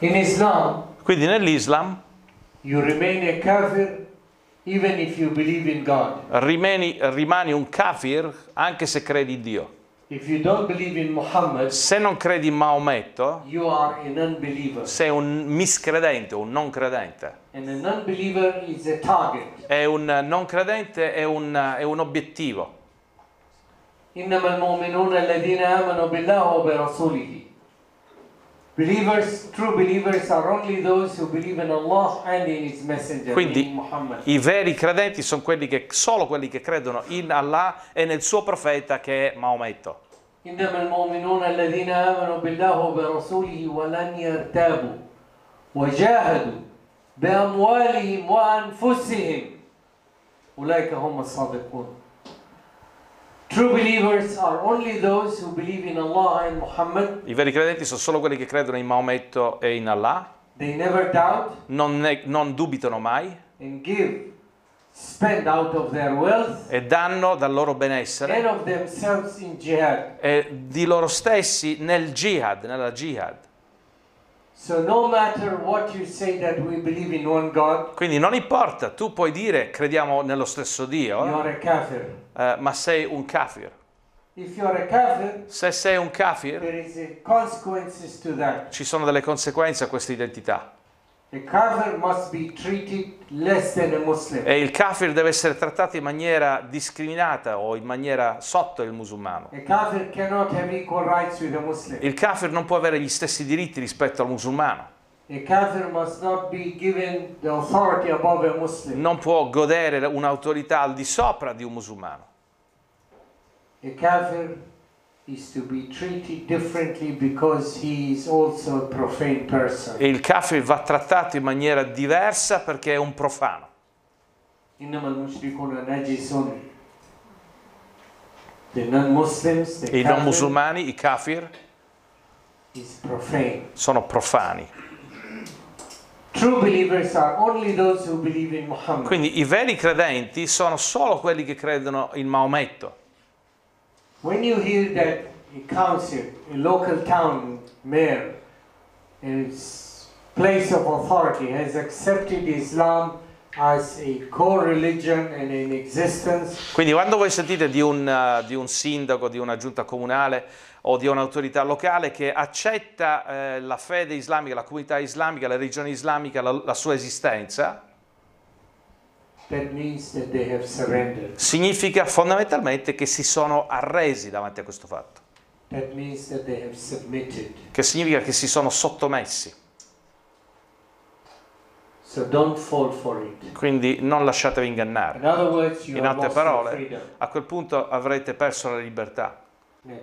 In Islam, Quindi nell'Islam you remain a kafir even if you believe in God. rimani, rimani un kafir anche se credi in Dio. If you don't believe in Muhammad, Se non credi in Maometto, you are an unbeliever. sei un miscredente, un non credente. And an unbeliever is a target. È un non credente è un, è un obiettivo. إنما المؤمنون الذين آمنوا بالله وبرسوله. Believers, true believers are only those who believe in Allah and in His Messenger, Quindi- in Muhammad. I veri credenti sono quelli che, solo quelli che credono in Allah e nel suo profeta che è Maometto. إنما المؤمنون الذين آمنوا بالله وبرسوله ولن يرتابوا وجاهدوا بأموالهم وأنفسهم أولئك هم الصادقون. True believers are only those who believe in Allah and Muhammad. I veri credenti sono solo quelli che credono in Maometto e in Allah, They never doubt non, ne- non dubitano mai and give, spend out of their wealth e danno dal loro and benessere of themselves in jihad. e di loro stessi nel jihad, nella jihad. So no matter what you say that we believe in one God, Quindi non importa, tu puoi dire crediamo nello stesso you Dio, are a kafir. eh, ma sei un kafir. If you are a kafir, Se sei un kafir, there is a consequences to that. ci sono delle conseguenze a questa identità. A kafir must be treated less than a Muslim. E il kafir deve essere trattato in maniera discriminata o in maniera sotto il musulmano. A kafir cannot have equal rights with a Muslim. Il kafir non può avere gli stessi diritti rispetto al musulmano, A kafir must not be given the authority above a Muslim. non può godere un'autorità al di sopra di un musulmano. A kafir is to be treated differently because he is also a profane person. E il kafir va trattato in maniera diversa perché è un profano. إنما المشركون نجسون The non-Muslims, the E i non kafir musulmani, i kafir, is profane. sono profani. True believers are only those who believe in Muhammad. Quindi i veri credenti sono solo quelli che credono in Maometto. When you hear that a council, a local town mayor, its place of authority has accepted Islam as a core religion and an existence, Quindi quando voi sentite di un, eh, di un sindaco, di una giunta comunale o di un'autorità locale che accetta eh, la fede islamica, la comunità islamica, la religione islamica, la, la sua esistenza, that means that they have surrendered. significa fondamentalmente che si sono arresi davanti a questo fatto, That means that they have submitted. che significa che si sono sottomessi. So don't fall for it. Quindi non lasciatevi ingannare. In other words, you In have altre lost your parole, eh? freedom. a quel punto avrete perso la libertà.